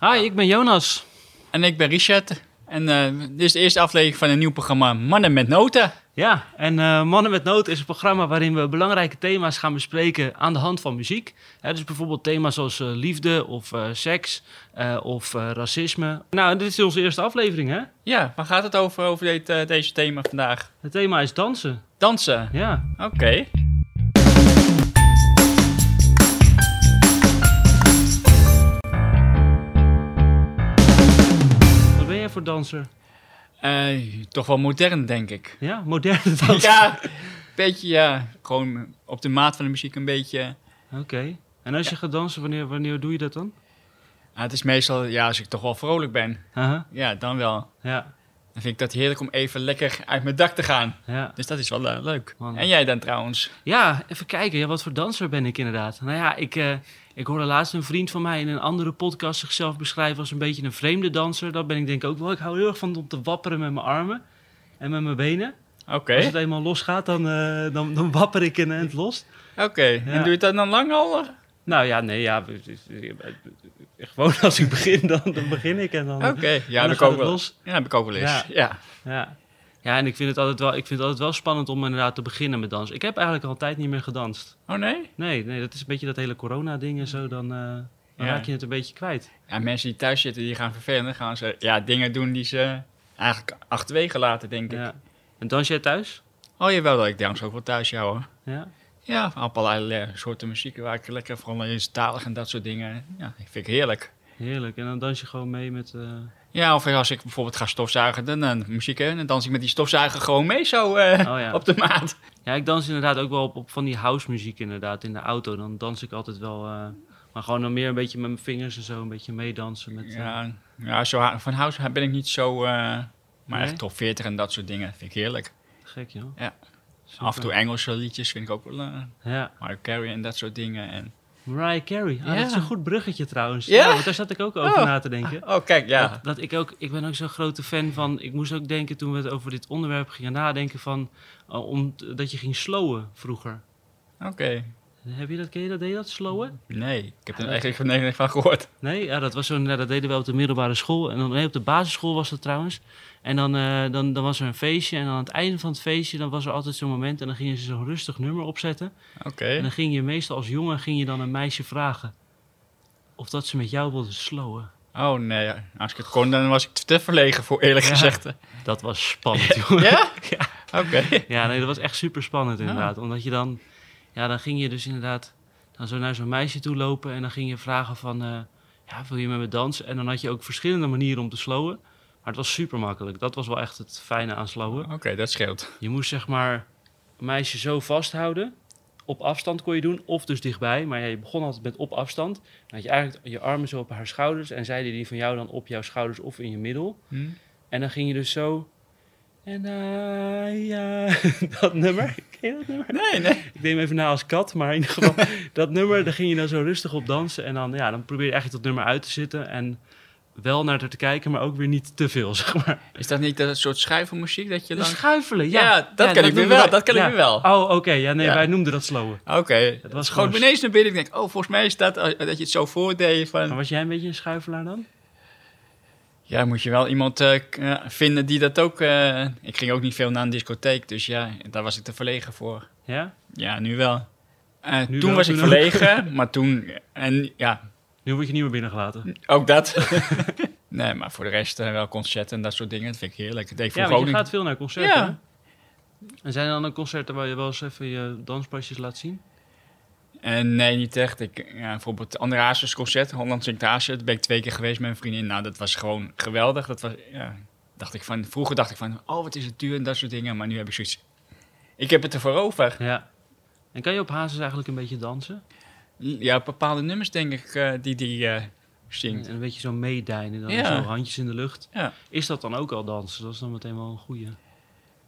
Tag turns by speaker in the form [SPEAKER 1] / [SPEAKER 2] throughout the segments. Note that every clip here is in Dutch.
[SPEAKER 1] Hi, ik ben Jonas.
[SPEAKER 2] En ik ben Richard. En eh, dit is de eerste aflevering van een nieuw programma Mannen met Noten.
[SPEAKER 1] Ja, en eh, Mannen met Nood is een programma waarin we belangrijke thema's gaan bespreken aan de hand van muziek. Hè, dus bijvoorbeeld thema's zoals eh, liefde of eh, seks eh, of eh, racisme. Nou, dit is onze eerste aflevering, hè?
[SPEAKER 2] Ja, waar gaat het over, over dit, eh, deze thema vandaag?
[SPEAKER 1] Het thema is dansen.
[SPEAKER 2] Dansen.
[SPEAKER 1] Ja.
[SPEAKER 2] Oké.
[SPEAKER 1] Wat ben jij voor danser?
[SPEAKER 2] Eh, toch wel modern, denk ik.
[SPEAKER 1] Ja, moderne danser.
[SPEAKER 2] Ja, beetje, ja. Gewoon op de maat van de muziek een beetje.
[SPEAKER 1] Oké. En als je gaat dansen, wanneer, wanneer doe je dat dan?
[SPEAKER 2] Ah, het is meestal, ja, als ik toch wel vrolijk ben.
[SPEAKER 1] Haha.
[SPEAKER 2] Ja, dan wel.
[SPEAKER 1] Ja,
[SPEAKER 2] Dan vind ik dat heerlijk om even lekker uit mijn dak te gaan.
[SPEAKER 1] ja.
[SPEAKER 2] Dus dat is wel eh, leuk.
[SPEAKER 1] Man.
[SPEAKER 2] En jij dan trouwens?
[SPEAKER 1] Ja, even kijken. Ja, wat voor danser ben ik inderdaad? Nou ja, ik, eh, ik hoorde laatst een vriend van mij in een andere podcast zichzelf beschrijven als een beetje een vreemde danser. Dat ben ik denk ik ook wel. Ik hou heel erg van om te wapperen met mijn armen en met mijn benen.
[SPEAKER 2] Oké.
[SPEAKER 1] Als het eenmaal losgaat, dan, eh, dan, dan wapper ik in het los.
[SPEAKER 2] Oké. En doe je dat dan lang al? Oké.
[SPEAKER 1] Nou ja, nee, ja. we- we- we- we- we- Gewoon als ik begin, dan, dan begin ik en dan, en
[SPEAKER 2] Ja,
[SPEAKER 1] dan
[SPEAKER 2] heb ik
[SPEAKER 1] gaat
[SPEAKER 2] ook
[SPEAKER 1] het
[SPEAKER 2] wel.
[SPEAKER 1] los.
[SPEAKER 2] Ja, heb ik ook wel eens.
[SPEAKER 1] Ja.
[SPEAKER 2] ja.
[SPEAKER 1] Ja. ja, en ik vind, het altijd wel, ik vind het altijd wel spannend om inderdaad te beginnen met dansen. Ik heb eigenlijk al een tijd niet meer gedanst.
[SPEAKER 2] Oh nee?
[SPEAKER 1] Nee, nee, dat is een beetje dat hele corona-ding en zo. Dan, eh, dan
[SPEAKER 2] Ja.
[SPEAKER 1] raak je het een beetje kwijt.
[SPEAKER 2] Ja, mensen die thuis zitten, die gaan vervelen. Dan gaan ze ja, dingen doen die ze eigenlijk achterwege laten, denk ik.
[SPEAKER 1] Ja. En dans jij thuis?
[SPEAKER 2] Oh jawel, dat ik dans ook wel thuis, ja hoor.
[SPEAKER 1] Ja.
[SPEAKER 2] Ja, van allerlei soorten muziek waar ik lekker van is, talig en dat soort dingen. Ja, ik vind ik heerlijk.
[SPEAKER 1] Heerlijk. En dan dans je gewoon mee met... eh,
[SPEAKER 2] Ja, of als ik bijvoorbeeld ga stofzuigen, dan, dan muziek, hè, dan dans ik met die stofzuiger gewoon mee zo eh,
[SPEAKER 1] Oh ja.
[SPEAKER 2] op de maat.
[SPEAKER 1] Ja, ik dans inderdaad ook wel op, op van die house muziek inderdaad in de auto. Dan dans ik altijd wel... eh, maar gewoon dan meer een beetje met mijn vingers en zo een beetje meedansen. Met, eh,
[SPEAKER 2] Ja, ja zo, ha- van huis ben ik niet zo, eh, maar
[SPEAKER 1] Nee?
[SPEAKER 2] echt top 40 en dat soort dingen vind ik heerlijk.
[SPEAKER 1] Gek, joh.
[SPEAKER 2] Ja.
[SPEAKER 1] Super.
[SPEAKER 2] Af en toe Engelse liedjes vind ik ook wel, eh
[SPEAKER 1] Ja.
[SPEAKER 2] Mariah Carey en dat soort dingen. En...
[SPEAKER 1] Mariah Carey. Ah,
[SPEAKER 2] Ja.
[SPEAKER 1] Dat is een goed bruggetje trouwens.
[SPEAKER 2] Ja?
[SPEAKER 1] want daar zat ik ook over
[SPEAKER 2] Oh.
[SPEAKER 1] na te denken.
[SPEAKER 2] Oh kijk, ja.
[SPEAKER 1] Dat, dat ik ook, ik ben ook zo'n grote fan van. Ik moest ook denken toen we het over dit onderwerp gingen nadenken van, eh, om, dat je ging slowen vroeger.
[SPEAKER 2] Oké.
[SPEAKER 1] Heb je dat, ken je dat, deed je dat, slowen?
[SPEAKER 2] Nee, ik heb er eigenlijk van niks van gehoord.
[SPEAKER 1] Nee, ja, dat was zo'n, ja, dat deden we op de middelbare school. En dan, nee, op de basisschool was dat trouwens. En dan, eh, dan, dan was er een feestje en dan aan het einde van het feestje, dan was er altijd zo'n moment en dan gingen ze zo'n rustig nummer opzetten.
[SPEAKER 2] Oké.
[SPEAKER 1] En dan ging je meestal als jongen, ging je dan een meisje vragen of dat ze met jou wilde slowen.
[SPEAKER 2] Oh nee, als ik het kon, dan was ik te verlegen voor eerlijk
[SPEAKER 1] Ja.
[SPEAKER 2] gezegd.
[SPEAKER 1] Dat was spannend, jongen.
[SPEAKER 2] Ja? Oké.
[SPEAKER 1] Ja, nee, dat was echt super spannend inderdaad. Omdat je dan, ja, dan ging je dus inderdaad dan zo naar zo'n meisje toe lopen en dan ging je vragen van, eh, ja, wil je met me dansen? En dan had je ook verschillende manieren om te slowen. Maar het was super makkelijk. Dat was wel echt het fijne aan slowen.
[SPEAKER 2] Oké, dat scheelt.
[SPEAKER 1] Je moest zeg maar een meisje zo vasthouden. Op afstand kon je doen, of dus dichtbij. Maar ja, je begon altijd met op afstand. Dan had je eigenlijk je armen zo op haar schouders. En zij deed die van jou dan op jouw schouders of in je middel.
[SPEAKER 2] Hm?
[SPEAKER 1] En dan ging je dus zo. En ah, ja, dat nummer. Ken je dat nummer?
[SPEAKER 2] Nee, nee.
[SPEAKER 1] Ik neem even na als kat, maar in ieder geval dat nummer, daar ging je dan zo rustig op dansen. En dan, ja, dan probeer je eigenlijk dat nummer uit te zitten. En wel naar haar te kijken, maar ook weer niet te veel, zeg maar. Dus
[SPEAKER 2] Is dat niet dat soort schuivenmuziek dat je dan...
[SPEAKER 1] Schuifelen,
[SPEAKER 2] ja.
[SPEAKER 1] ja.
[SPEAKER 2] dat ken ik weer
[SPEAKER 1] noemden
[SPEAKER 2] wel,
[SPEAKER 1] wij-
[SPEAKER 2] dat ken ik
[SPEAKER 1] ja.
[SPEAKER 2] weer wel.
[SPEAKER 1] Oh, oké. Ja, nee,
[SPEAKER 2] Ja.
[SPEAKER 1] wij noemden dat slowen.
[SPEAKER 2] Oké.
[SPEAKER 1] Dat
[SPEAKER 2] Het
[SPEAKER 1] was
[SPEAKER 2] schoot
[SPEAKER 1] gewoon...
[SPEAKER 2] me ineens naar binnen. Ik denk, oh, volgens mij is dat eh, dat je het zo voordeed
[SPEAKER 1] Maar
[SPEAKER 2] van...
[SPEAKER 1] was jij een beetje een schuifelaar dan?
[SPEAKER 2] Ja, moet je wel iemand eh, k- eh, vinden die dat ook... eh, Ik ging ook niet veel naar een discotheek, dus ja, daar was ik te verlegen voor.
[SPEAKER 1] Ja?
[SPEAKER 2] Ja, nu wel. Eh,
[SPEAKER 1] Nu
[SPEAKER 2] toen
[SPEAKER 1] wel,
[SPEAKER 2] was
[SPEAKER 1] toen
[SPEAKER 2] ik
[SPEAKER 1] ook.
[SPEAKER 2] verlegen, maar toen... eh, En ja,
[SPEAKER 1] Nu word je niet meer binnengelaten.
[SPEAKER 2] ook dat. nee, maar voor de rest eh, wel concerten en dat soort dingen. Dat vind ik heerlijk. Dat deed ik
[SPEAKER 1] Ja, want
[SPEAKER 2] vroeger ook
[SPEAKER 1] je
[SPEAKER 2] niet.
[SPEAKER 1] gaat veel naar concerten,
[SPEAKER 2] Ja.
[SPEAKER 1] hè? En zijn er dan ook concerten waar je wel eens even je danspasjes laat zien?
[SPEAKER 2] En Eh, nee, niet echt. Ik, ja, bijvoorbeeld het André Hazes concert, Holland zingt Hazes. Daar ben ik twee keer geweest met mijn vriendin. Nou, dat was gewoon geweldig. Dat was, ja, dacht ik van, vroeger dacht ik van, oh, wat is het duur en dat soort dingen. Maar nu heb ik zoiets... Ik heb het ervoor over.
[SPEAKER 1] Ja. En kan je op Hazes eigenlijk een beetje dansen?
[SPEAKER 2] Ja, bepaalde nummers denk ik eh, die die eh, zingt.
[SPEAKER 1] En een beetje zo meedijnen, dan
[SPEAKER 2] Ja.
[SPEAKER 1] zo handjes in de lucht.
[SPEAKER 2] Ja.
[SPEAKER 1] Is dat dan ook al dansen? Dat is dan meteen wel een goeie.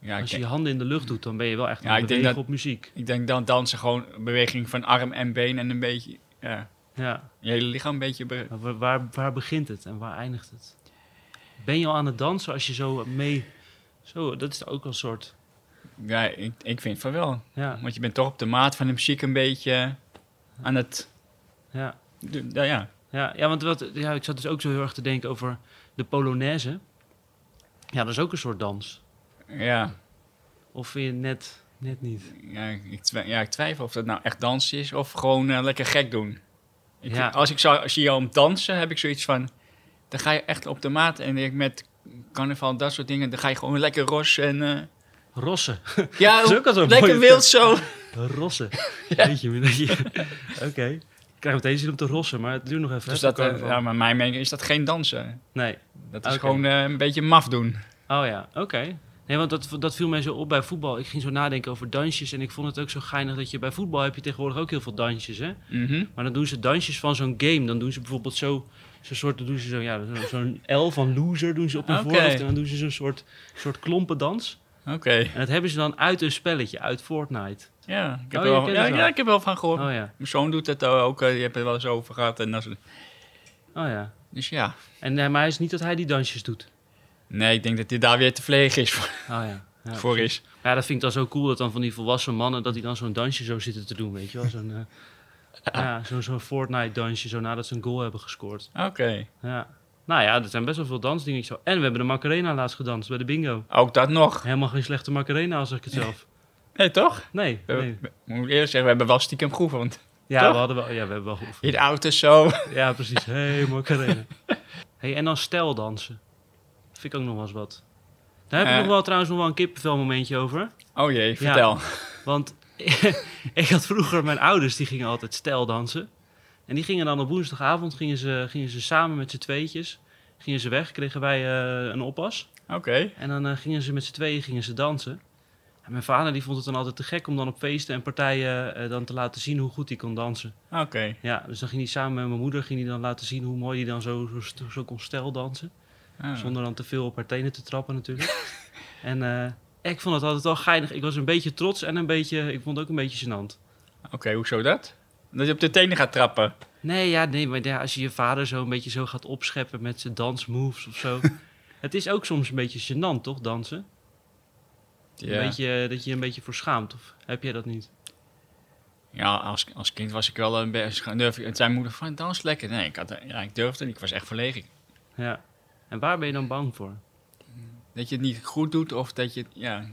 [SPEAKER 2] Ja,
[SPEAKER 1] Als je
[SPEAKER 2] ik,
[SPEAKER 1] je handen in de lucht doet, dan ben je wel echt
[SPEAKER 2] Ja,
[SPEAKER 1] aan het
[SPEAKER 2] ik denk
[SPEAKER 1] bewegen
[SPEAKER 2] dat-
[SPEAKER 1] op muziek.
[SPEAKER 2] ik denk dan dansen gewoon een beweging van arm en been en een beetje... ja,
[SPEAKER 1] Ja.
[SPEAKER 2] Je hele lichaam een beetje... be-
[SPEAKER 1] Maar waar, waar, waar begint het en waar eindigt het? Ben je al aan het dansen als je zo mee... Zo, dat is ook wel een soort...
[SPEAKER 2] Ja, ik, ik vind van wel.
[SPEAKER 1] Ja,
[SPEAKER 2] Want je bent toch op de maat van de muziek een beetje aan het...
[SPEAKER 1] ja,
[SPEAKER 2] Nou ja,
[SPEAKER 1] Ja, ja want wat, ja, ik zat dus ook zo heel erg te denken over de Polonaise. Ja, dat is ook een soort dans.
[SPEAKER 2] Ja,
[SPEAKER 1] Of vind je het net, net niet?
[SPEAKER 2] ja, ik, twi- ja, ik twijfel of dat nou echt dans is of gewoon eh, lekker gek doen. Ik,
[SPEAKER 1] Ja.
[SPEAKER 2] Als ik zou, zie jou om dansen, heb ik zoiets van... Dan ga je echt op de maat en ik met carnaval, dat soort dingen... Dan ga je gewoon lekker ros en... eh,
[SPEAKER 1] Rossen.
[SPEAKER 2] ja,
[SPEAKER 1] Dat is ook al zo'n
[SPEAKER 2] lekker
[SPEAKER 1] mooie
[SPEAKER 2] wild zo.
[SPEAKER 1] Rossen. Weet je, weet je. Oké. Ik krijg meteen zin om te rossen, maar het duurt nog even.
[SPEAKER 2] Dus
[SPEAKER 1] hè,
[SPEAKER 2] dat, eh,
[SPEAKER 1] carnaval.
[SPEAKER 2] ja, maar mijn mening is dat geen dansen.
[SPEAKER 1] Nee.
[SPEAKER 2] Dat is
[SPEAKER 1] Oké.
[SPEAKER 2] gewoon eh, een beetje maf doen.
[SPEAKER 1] Oh ja, oké. Nee, want dat, dat viel mij zo op bij voetbal. Ik ging zo nadenken over dansjes en ik vond het ook zo geinig dat je bij voetbal heb je tegenwoordig ook heel veel dansjes, hè?
[SPEAKER 2] Mhm.
[SPEAKER 1] Maar dan doen ze dansjes van zo'n game. Dan doen ze bijvoorbeeld zo, zo'n soort, dan doen ze zo, ja, zo- zo'n L van loser doen ze op hun
[SPEAKER 2] Oké.
[SPEAKER 1] voorhoofd. En dan doen ze zo'n soort, soort klompendans.
[SPEAKER 2] Oké.
[SPEAKER 1] En dat hebben ze dan uit een spelletje, uit Fortnite.
[SPEAKER 2] Ja, ik heb,
[SPEAKER 1] Oh, je
[SPEAKER 2] er wel,
[SPEAKER 1] kent
[SPEAKER 2] ja,
[SPEAKER 1] het wel.
[SPEAKER 2] ja, ik heb er wel van gehoord.
[SPEAKER 1] Oh ja,
[SPEAKER 2] Mijn zoon doet het ook. eh, je hebt het wel eens over gehad. En dat soort-
[SPEAKER 1] oh ja.
[SPEAKER 2] dus ja.
[SPEAKER 1] En, eh, maar hij is niet dat hij die dansjes doet.
[SPEAKER 2] Nee, ik denk dat dit daar weer te vleeg is voor,
[SPEAKER 1] Oh ja. Ja,
[SPEAKER 2] voor is.
[SPEAKER 1] ja, dat vind ik dan zo cool dat dan van die volwassen mannen dat die dan zo'n dansje zo zitten te doen, weet je wel? Zo'n eh, ja, zo'n zo'n Fortnite dansje, zo nadat ze een goal hebben gescoord.
[SPEAKER 2] Oké.
[SPEAKER 1] Ja. Nou ja, er zijn best wel veel dansdingetjes. al. En we hebben de Macarena laatst gedanst bij de bingo.
[SPEAKER 2] Ook dat nog.
[SPEAKER 1] Helemaal geen slechte Macarena, als ik het zelf.
[SPEAKER 2] Nee, toch?
[SPEAKER 1] Nee,
[SPEAKER 2] We-
[SPEAKER 1] nee.
[SPEAKER 2] we- moet ik eerlijk zeggen, we hebben wel stiekem geoefend.
[SPEAKER 1] Ja,
[SPEAKER 2] Toch?
[SPEAKER 1] we hadden wel, ja, we hebben wel geoefend.
[SPEAKER 2] In de auto zo.
[SPEAKER 1] Ja, precies. Hey, Macarena. Hey, en dan stijldansen. Vind ik ook nog wel eens wat. Daar heb ik
[SPEAKER 2] Eh.
[SPEAKER 1] nog wel trouwens nog wel een kippenvel momentje over.
[SPEAKER 2] Oh jee, vertel.
[SPEAKER 1] Want ik had vroeger mijn ouders, die gingen altijd stijldansen. En die gingen dan op woensdagavond, gingen ze, gingen ze samen met z'n tweetjes, gingen ze weg, kregen wij eh, een oppas.
[SPEAKER 2] Oké.
[SPEAKER 1] En dan eh, gingen ze met z'n tweeën gingen ze dansen. En mijn vader die vond het dan altijd te gek om dan op feesten en partijen eh, dan te laten zien hoe goed hij kon dansen.
[SPEAKER 2] Oké.
[SPEAKER 1] Ja, dus dan ging hij samen met mijn moeder ging hij dan laten zien hoe mooi hij dan zo, zo, zo kon stijl dansen.
[SPEAKER 2] Ah.
[SPEAKER 1] Zonder dan te veel op haar tenen te trappen natuurlijk. en eh, ik vond het altijd wel geinig. Ik was een beetje trots en een beetje, ik vond het ook een beetje gênant.
[SPEAKER 2] Oké, hoezo dat? Dat je op de tenen gaat trappen.
[SPEAKER 1] Nee, ja, nee, maar ja, als je je vader zo een beetje zo gaat opscheppen met zijn dansmoves of zo. het is ook soms een beetje gênant, toch, dansen?
[SPEAKER 2] Ja,
[SPEAKER 1] Een beetje, eh, dat je je een beetje voor schaamt, of heb jij dat niet?
[SPEAKER 2] ja als, als kind was ik wel een beetje... Durf, het zijn moeder van, dans lekker. Nee, ik, had, ja, ik durfde niet. Ik was echt verlegen.
[SPEAKER 1] Ja. En waar ben je dan bang voor?
[SPEAKER 2] dat je het niet goed doet of dat je het ja,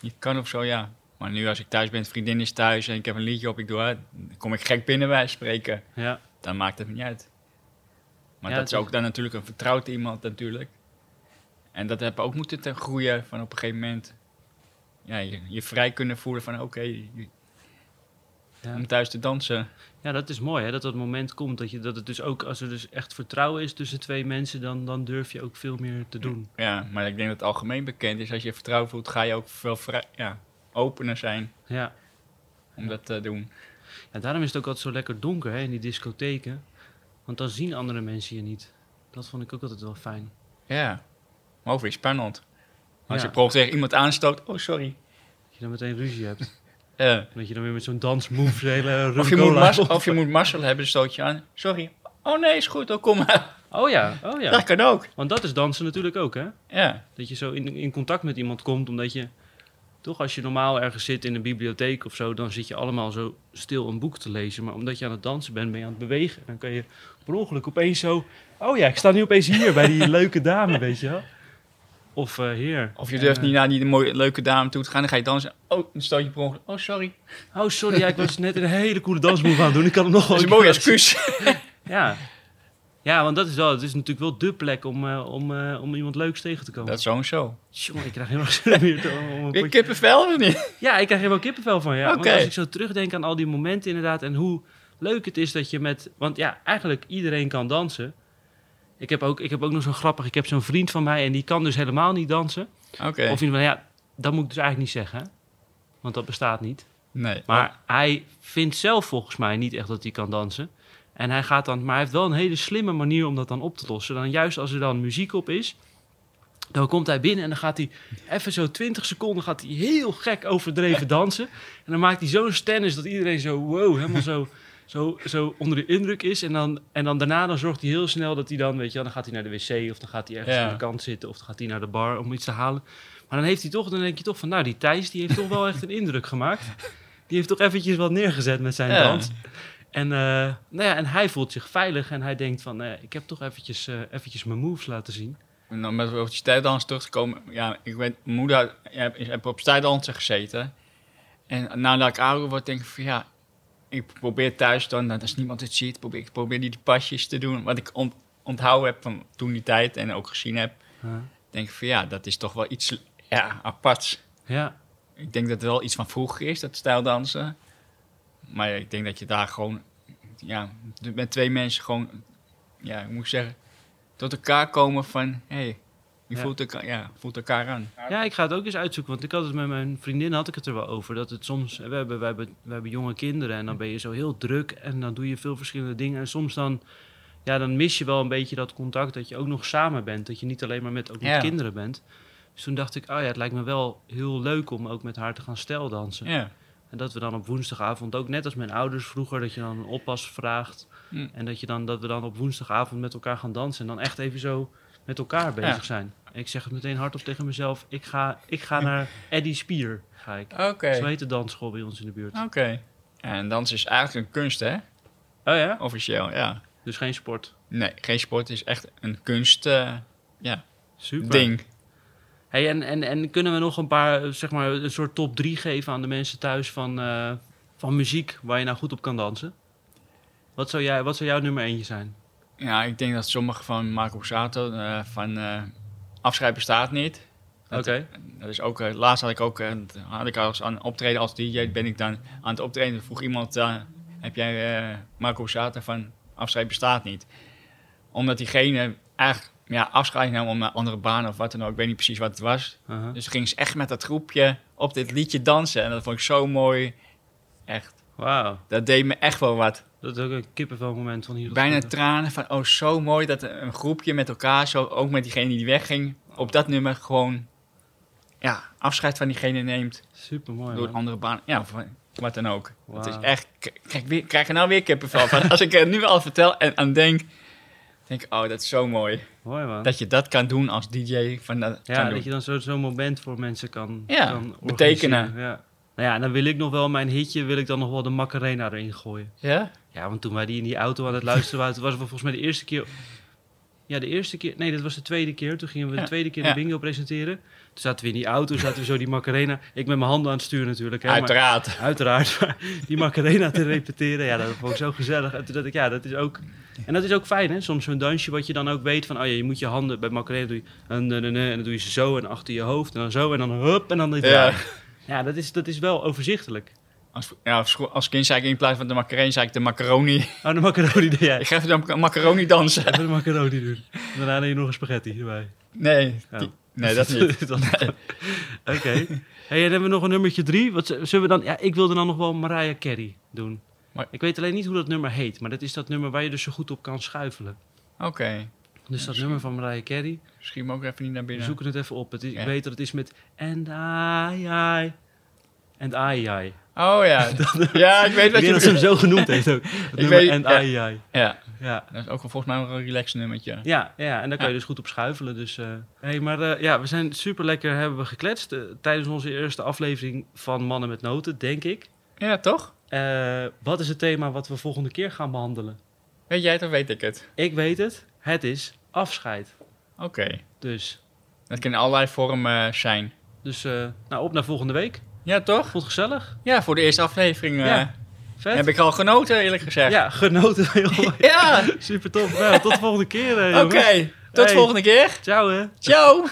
[SPEAKER 2] niet kan of zo, ja. Maar nu als ik thuis ben, vriendin is thuis en ik heb een liedje op, ik doe het, dan kom ik gek binnen bij spreken.
[SPEAKER 1] Ja,
[SPEAKER 2] Dan maakt het niet uit. Maar
[SPEAKER 1] Ja,
[SPEAKER 2] dat is
[SPEAKER 1] het is-
[SPEAKER 2] ook dan natuurlijk een vertrouwd iemand natuurlijk. En dat heb ik ook moeten te groeien van op een gegeven moment. Ja, je, je vrij kunnen voelen van oké, je-
[SPEAKER 1] Ja.
[SPEAKER 2] om thuis te dansen.
[SPEAKER 1] ja dat is mooi, hè? dat dat moment komt. Dat, je, dat het dus ook, als er dus echt vertrouwen is tussen twee mensen, dan, dan durf je ook veel meer te doen.
[SPEAKER 2] Ja, maar ik denk dat het algemeen bekend is. Als je vertrouwen voelt, ga je ook veel vrij, ja, opener zijn
[SPEAKER 1] Ja.
[SPEAKER 2] om dat te doen.
[SPEAKER 1] En daarom is het ook altijd zo lekker donker hè, in die discotheken. Want dan zien andere mensen je niet. Dat vond ik ook altijd wel fijn.
[SPEAKER 2] Ja, maar ook weer spannend. Als
[SPEAKER 1] Ja.
[SPEAKER 2] je per ongeluk iemand aanstoot, oh sorry.
[SPEAKER 1] Dat je dan meteen ruzie hebt.
[SPEAKER 2] Eh,
[SPEAKER 1] Dat je dan weer met zo'n dansmove de hele rum
[SPEAKER 2] of, je moet
[SPEAKER 1] cola
[SPEAKER 2] mas-
[SPEAKER 1] op-
[SPEAKER 2] of je moet mazzel hebben, stoot je aan. Sorry. Oh nee, is goed, oh, kom maar.
[SPEAKER 1] Oh ja, oh
[SPEAKER 2] Dat
[SPEAKER 1] ja.
[SPEAKER 2] kan ook.
[SPEAKER 1] Want dat is dansen natuurlijk ook, hè?
[SPEAKER 2] Ja,
[SPEAKER 1] Dat je zo in, in contact met iemand komt, omdat je... Toch, als je normaal ergens zit in een bibliotheek of zo, dan zit je allemaal zo stil een boek te lezen. Maar omdat je aan het dansen bent, ben je aan het bewegen. Dan kan je per ongeluk opeens zo... Oh ja, ik sta nu opeens hier bij die leuke dame, weet je wel. Of eh, heer.
[SPEAKER 2] of je durft
[SPEAKER 1] Eh,
[SPEAKER 2] niet naar die mooie, leuke dame toe te gaan, dan ga je dansen. Oh, dan stoot je per ongeluk. Oh, sorry.
[SPEAKER 1] Oh, sorry, ja, ik was net een hele coole dansmove aan het doen. Ik kan hem nog wel
[SPEAKER 2] Dat is een
[SPEAKER 1] een
[SPEAKER 2] mooi
[SPEAKER 1] keer
[SPEAKER 2] excuus.
[SPEAKER 1] laten- Ja. ja, want dat is, wel, het is natuurlijk wel dé plek om, eh, om, eh, om iemand leuks tegen te komen.
[SPEAKER 2] Dat is zo en zo.
[SPEAKER 1] Jongen, ik krijg helemaal zin meer te- om een potje-
[SPEAKER 2] Ik kippenvel of niet?
[SPEAKER 1] Ja, ik krijg helemaal kippenvel van, ja. Want
[SPEAKER 2] Oké.
[SPEAKER 1] als ik zo terugdenk aan al die momenten inderdaad... en hoe leuk het is dat je met... Want ja, eigenlijk iedereen kan dansen. Ik heb ook, ik heb ook nog zo'n grappig... Ik heb zo'n vriend van mij en die kan dus helemaal niet dansen.
[SPEAKER 2] Oké.
[SPEAKER 1] Of in ieder geval, ja, dat moet ik dus eigenlijk niet zeggen. hè. Want dat bestaat niet.
[SPEAKER 2] Nee.
[SPEAKER 1] Maar hij vindt zelf volgens mij niet echt dat hij kan dansen. En hij gaat dan, maar hij heeft wel een hele slimme manier om dat dan op te lossen. Dan juist als er dan muziek op is, dan komt hij binnen en dan gaat hij even zo 20 seconden gaat hij heel gek overdreven dansen. En dan maakt hij zo'n stennis dat iedereen zo wow, helemaal zo, zo, zo onder de indruk is. En dan, en dan daarna dan zorgt hij heel snel dat hij dan, weet je wel, dan gaat hij naar de wc of dan gaat hij ergens
[SPEAKER 2] Ja.
[SPEAKER 1] aan de kant zitten of dan gaat hij naar de bar om iets te halen. Maar dan heeft hij toch, dan denk je toch van, nou die Thijs die heeft toch wel echt een indruk gemaakt. Die heeft toch eventjes wat neergezet met zijn
[SPEAKER 2] Ja.
[SPEAKER 1] dans. En, eh, nou ja, en hij voelt zich veilig en hij denkt van, eh, ik heb toch eventjes, eh, eventjes mijn moves laten zien.
[SPEAKER 2] En dan met over die tijdans terug te komen. Ja, ik weet, mijn moeder heb, heb op tijddansen gezeten. En nadat ik ouder word, denk ik van ja, ik probeer thuis dan, dat als niemand het ziet, probeer, ik probeer die pasjes te doen. Wat ik ont- onthouden heb van toen die tijd en ook gezien heb,
[SPEAKER 1] Ja.
[SPEAKER 2] denk ik van ja, dat is toch wel iets ja, aparts.
[SPEAKER 1] Ja,
[SPEAKER 2] Ik denk dat het wel iets van vroeger is, dat stijldansen. Maar ik denk dat je daar gewoon, ja, met twee mensen gewoon, ja, ik moet ik zeggen, tot elkaar komen van, hé, hey, je
[SPEAKER 1] Ja.
[SPEAKER 2] voelt, elkaar, ja, voelt elkaar aan.
[SPEAKER 1] ja, ik ga het ook eens uitzoeken, want ik had het met mijn vriendin had ik het er wel over. Dat het soms, we hebben, we hebben, we hebben jonge kinderen en dan ben je zo heel druk en dan doe je veel verschillende dingen. En soms dan, ja, dan mis je wel een beetje dat contact dat je ook nog samen bent. Dat je niet alleen maar met, ook met
[SPEAKER 2] Ja.
[SPEAKER 1] kinderen bent. Dus toen dacht ik, oh ja, het lijkt me wel heel leuk om ook met haar te gaan steldansen.
[SPEAKER 2] Ja,
[SPEAKER 1] En dat we dan op woensdagavond ook, net als mijn ouders vroeger, dat je dan een oppas vraagt.
[SPEAKER 2] Hm.
[SPEAKER 1] En dat, je dan, dat we dan op woensdagavond met elkaar gaan dansen. En dan echt even zo met elkaar bezig
[SPEAKER 2] Ja.
[SPEAKER 1] zijn. Ik zeg het meteen hardop tegen mezelf. Ik ga, ik ga naar Eddie Spier, ga ik.
[SPEAKER 2] oké.
[SPEAKER 1] Zo heet de dansschool bij ons in de buurt.
[SPEAKER 2] Oké. En dansen is eigenlijk een kunst, hè?
[SPEAKER 1] Oh ja?
[SPEAKER 2] Officieel, ja.
[SPEAKER 1] Dus geen sport.
[SPEAKER 2] Nee, geen sport het is echt een kunst eh, ja,
[SPEAKER 1] Super.
[SPEAKER 2] ding.
[SPEAKER 1] Hey, en, en, en kunnen we nog een paar, eh, zeg maar, een soort top 3 geven aan de mensen thuis van, eh, van muziek waar je nou goed op kan dansen? Wat zou, jij, wat zou jouw nummer eentje zijn?
[SPEAKER 2] Ja, ik denk dat sommige van Marco Sato eh, van eh Afschrijven bestaat niet.
[SPEAKER 1] Oké.
[SPEAKER 2] Dat- Dat is ook, eh, laatst had ik ook, eh, had ik als aan optreden als DJ, ben ik dan aan het optreden. Vroeg iemand, eh, heb jij eh, Marco Sata van Afscheid bestaat niet? Omdat diegene eigenlijk ja, afscheid nam om naar andere banen of wat dan ook. Ik weet niet precies wat het was.
[SPEAKER 1] Aha.
[SPEAKER 2] Dus ging ze echt met dat groepje op dit liedje dansen. En dat vond ik zo mooi. Echt,
[SPEAKER 1] Wauw.
[SPEAKER 2] dat deed me echt wel wat.
[SPEAKER 1] Dat is ook een kippenvelmoment van hier. tot
[SPEAKER 2] Bijna
[SPEAKER 1] zondag.
[SPEAKER 2] tranen van, oh zo mooi dat een groepje met elkaar, zo, ook met diegene die wegging, op dat nummer gewoon ja, afscheid van diegene neemt.
[SPEAKER 1] Supermooi.
[SPEAKER 2] door een
[SPEAKER 1] man.
[SPEAKER 2] andere baan. Ja, of wat dan ook. Het is
[SPEAKER 1] Wauw.
[SPEAKER 2] echt. k- Kijk, weer, krijg er nou weer kippenvel van. Als ik er nu al vertel en aan denk. Denk, ik, oh, dat is zo mooi.
[SPEAKER 1] Mooi man.
[SPEAKER 2] Dat je dat kan doen als DJ. Van dat, kan
[SPEAKER 1] ja,
[SPEAKER 2] doen.
[SPEAKER 1] dat je dan zo- zo'n moment voor mensen kan,
[SPEAKER 2] Ja,
[SPEAKER 1] kan organiseren.
[SPEAKER 2] betekenen.
[SPEAKER 1] Ja. Nou ja, dan wil ik nog wel mijn hitje, wil ik dan nog wel de Macarena erin gooien.
[SPEAKER 2] ja?
[SPEAKER 1] Ja, want toen wij die in die auto aan het luisteren waren, toen was het volgens mij de eerste keer... Ja, de eerste keer... Nee, dat was de tweede keer. Toen gingen we de
[SPEAKER 2] Ja,
[SPEAKER 1] tweede keer
[SPEAKER 2] ja.
[SPEAKER 1] de bingo presenteren. Toen zaten we in die auto, zaten we zo die Macarena... Ik met mijn handen aan het sturen natuurlijk. Hè,
[SPEAKER 2] Ah,
[SPEAKER 1] maar-
[SPEAKER 2] Uiteraard.
[SPEAKER 1] Uiteraard, maar die Macarena te repeteren, ja, dat vond ik zo gezellig. En toen dacht ik, ja, dat is ook... En dat is ook fijn, hè? Soms zo'n dansje wat je dan ook weet van... Oh ja, je moet je handen... Bij Macarena doe je... En, en, en, en dan doe je ze zo en achter je hoofd en dan zo en dan hup en dan... dit
[SPEAKER 2] Ja.
[SPEAKER 1] ja, dat, is, dat is wel overzichtelijk.
[SPEAKER 2] Als, ja, als, als kind zei ik in plaats van de macaroni, zei ik de macaroni.
[SPEAKER 1] Oh, de macaroni deed jij.
[SPEAKER 2] ik ga even de macaroni dansen.
[SPEAKER 1] Even de macaroni doen. En daarna neem je nog een spaghetti erbij.
[SPEAKER 2] Nee,
[SPEAKER 1] Ja.
[SPEAKER 2] die- nee dat niet.
[SPEAKER 1] Dat- Oké. Hey, en dan hebben we nog een nummertje drie. Wat z- zullen we dan... Ja, ik wilde dan nog wel Mariah Carey doen.
[SPEAKER 2] Maar-
[SPEAKER 1] Ik weet alleen niet hoe dat nummer heet, maar dat is dat nummer waar je dus zo goed op kan schuifelen.
[SPEAKER 2] Oké.
[SPEAKER 1] Dus dat nummer van Mariah Carey,
[SPEAKER 2] Misschien ook even niet naar
[SPEAKER 1] we
[SPEAKER 2] binnen.
[SPEAKER 1] zoeken het even op. Het is,
[SPEAKER 2] Ja.
[SPEAKER 1] Ik weet dat het is met and I, I, and I, I.
[SPEAKER 2] Oh ja. ja, ik weet
[SPEAKER 1] Ik
[SPEAKER 2] wat
[SPEAKER 1] denk
[SPEAKER 2] je
[SPEAKER 1] dat ze hem zo genoemd heeft ook. Het nummer
[SPEAKER 2] weet-
[SPEAKER 1] and
[SPEAKER 2] ja.
[SPEAKER 1] I, I.
[SPEAKER 2] Ja,
[SPEAKER 1] Ja.
[SPEAKER 2] dat is ook wel volgens mij wel een relaxed nummertje.
[SPEAKER 1] Ja, ja, en daar kan je dus goed op schuifelen. Dus, eh. hey, maar eh, ja, we zijn super lekker hebben we gekletst eh, tijdens onze eerste aflevering van Mannen met Noten, denk ik.
[SPEAKER 2] Ja, toch?
[SPEAKER 1] Eh, wat is het thema wat we volgende keer gaan behandelen?
[SPEAKER 2] Weet jij het of weet ik het?
[SPEAKER 1] Ik weet het, het is afscheid.
[SPEAKER 2] Oké.
[SPEAKER 1] Dus,
[SPEAKER 2] Dat kan in allerlei vormen zijn.
[SPEAKER 1] dus eh, nou, op naar volgende week.
[SPEAKER 2] Ja, toch?
[SPEAKER 1] Vond het gezellig?
[SPEAKER 2] Ja, voor de eerste aflevering eh,
[SPEAKER 1] Ja, Vet?
[SPEAKER 2] heb ik al genoten, eerlijk gezegd.
[SPEAKER 1] Ja, genoten. joh.
[SPEAKER 2] Ja,
[SPEAKER 1] Super tof. Nou, tot de volgende keer. eh,
[SPEAKER 2] oké.
[SPEAKER 1] jongens.
[SPEAKER 2] Tot
[SPEAKER 1] Hey.
[SPEAKER 2] volgende keer.
[SPEAKER 1] Ciao, hè.
[SPEAKER 2] Ciao.